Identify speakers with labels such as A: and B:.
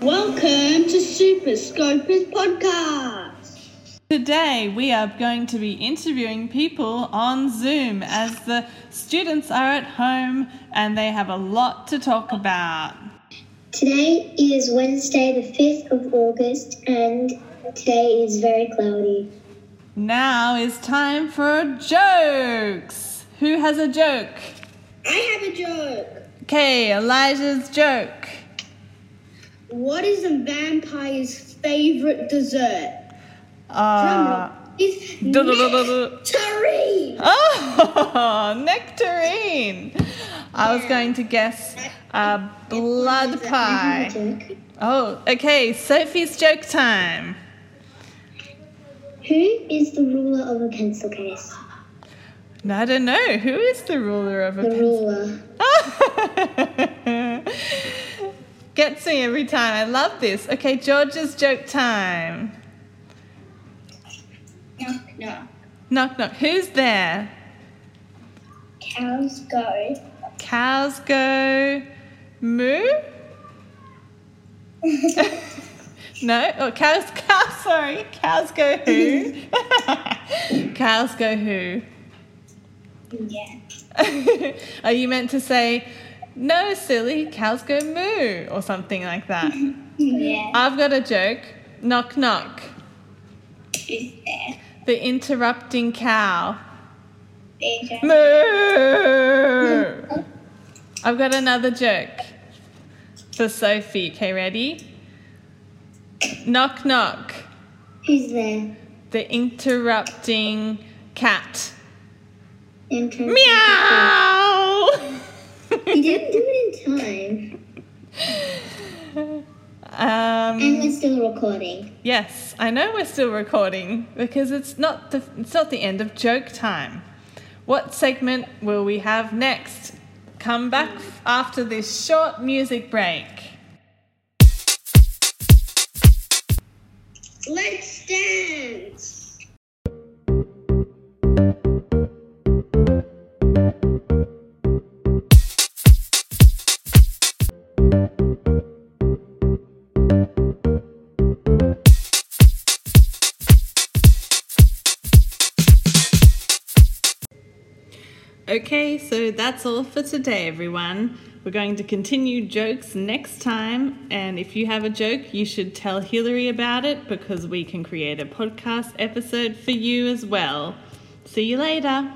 A: Welcome to Super Scopers Podcast.
B: Today, we are going to be interviewing people on Zoom as the students are at home and they have a lot to talk about.
C: Today is Wednesday, the 5th of August, and today is very cloudy.
B: Now is time for jokes. Who has a joke?
A: I have a joke.
B: Okay, Elijah's joke.
A: What is a vampire's favorite dessert?
B: Uh,
A: It's
B: Dun-dun-dun-dun-dun.
A: nectarine.
B: oh, nectarine. I was going to guess a blood
C: I
B: pie.
C: have a joke.
B: Oh, okay, Sophie's joke time.
C: Who is the ruler of a pencil case?
B: I don't know. Who is the ruler of a
C: The
B: pen-
C: ruler.
B: Gets me every time. I love this. Okay, George's joke time.
C: No, no.
B: Knock knock. Who's there?
C: Cows go.
B: Cows go moo. no, oh, cows. Cows. Sorry, cows go who? cows go who?
C: Yeah.
B: Are you meant to say, no, silly, cows go moo, or something like that?
C: Yeah.
B: I've got a joke. Knock, knock.
C: Is there?
B: The interrupting cow.
C: There
B: Moo! I've got another joke for Sophie. Okay, ready? Knock, knock.
C: Who's there?
B: The interrupting cat.
C: Enter.
B: Meow!
C: You didn't do it in time. And
B: um,
C: we're still recording.
B: yes, I know we're still recording because it's not the it's not the end of joke time. What segment will we have next? Come back after this short music break.
A: Let's dance.
B: Okay, so that's all for today, everyone. We're going to continue jokes next time, and if you have a joke, you should tell Hillary about it because we can create a podcast episode for you as well. See you later.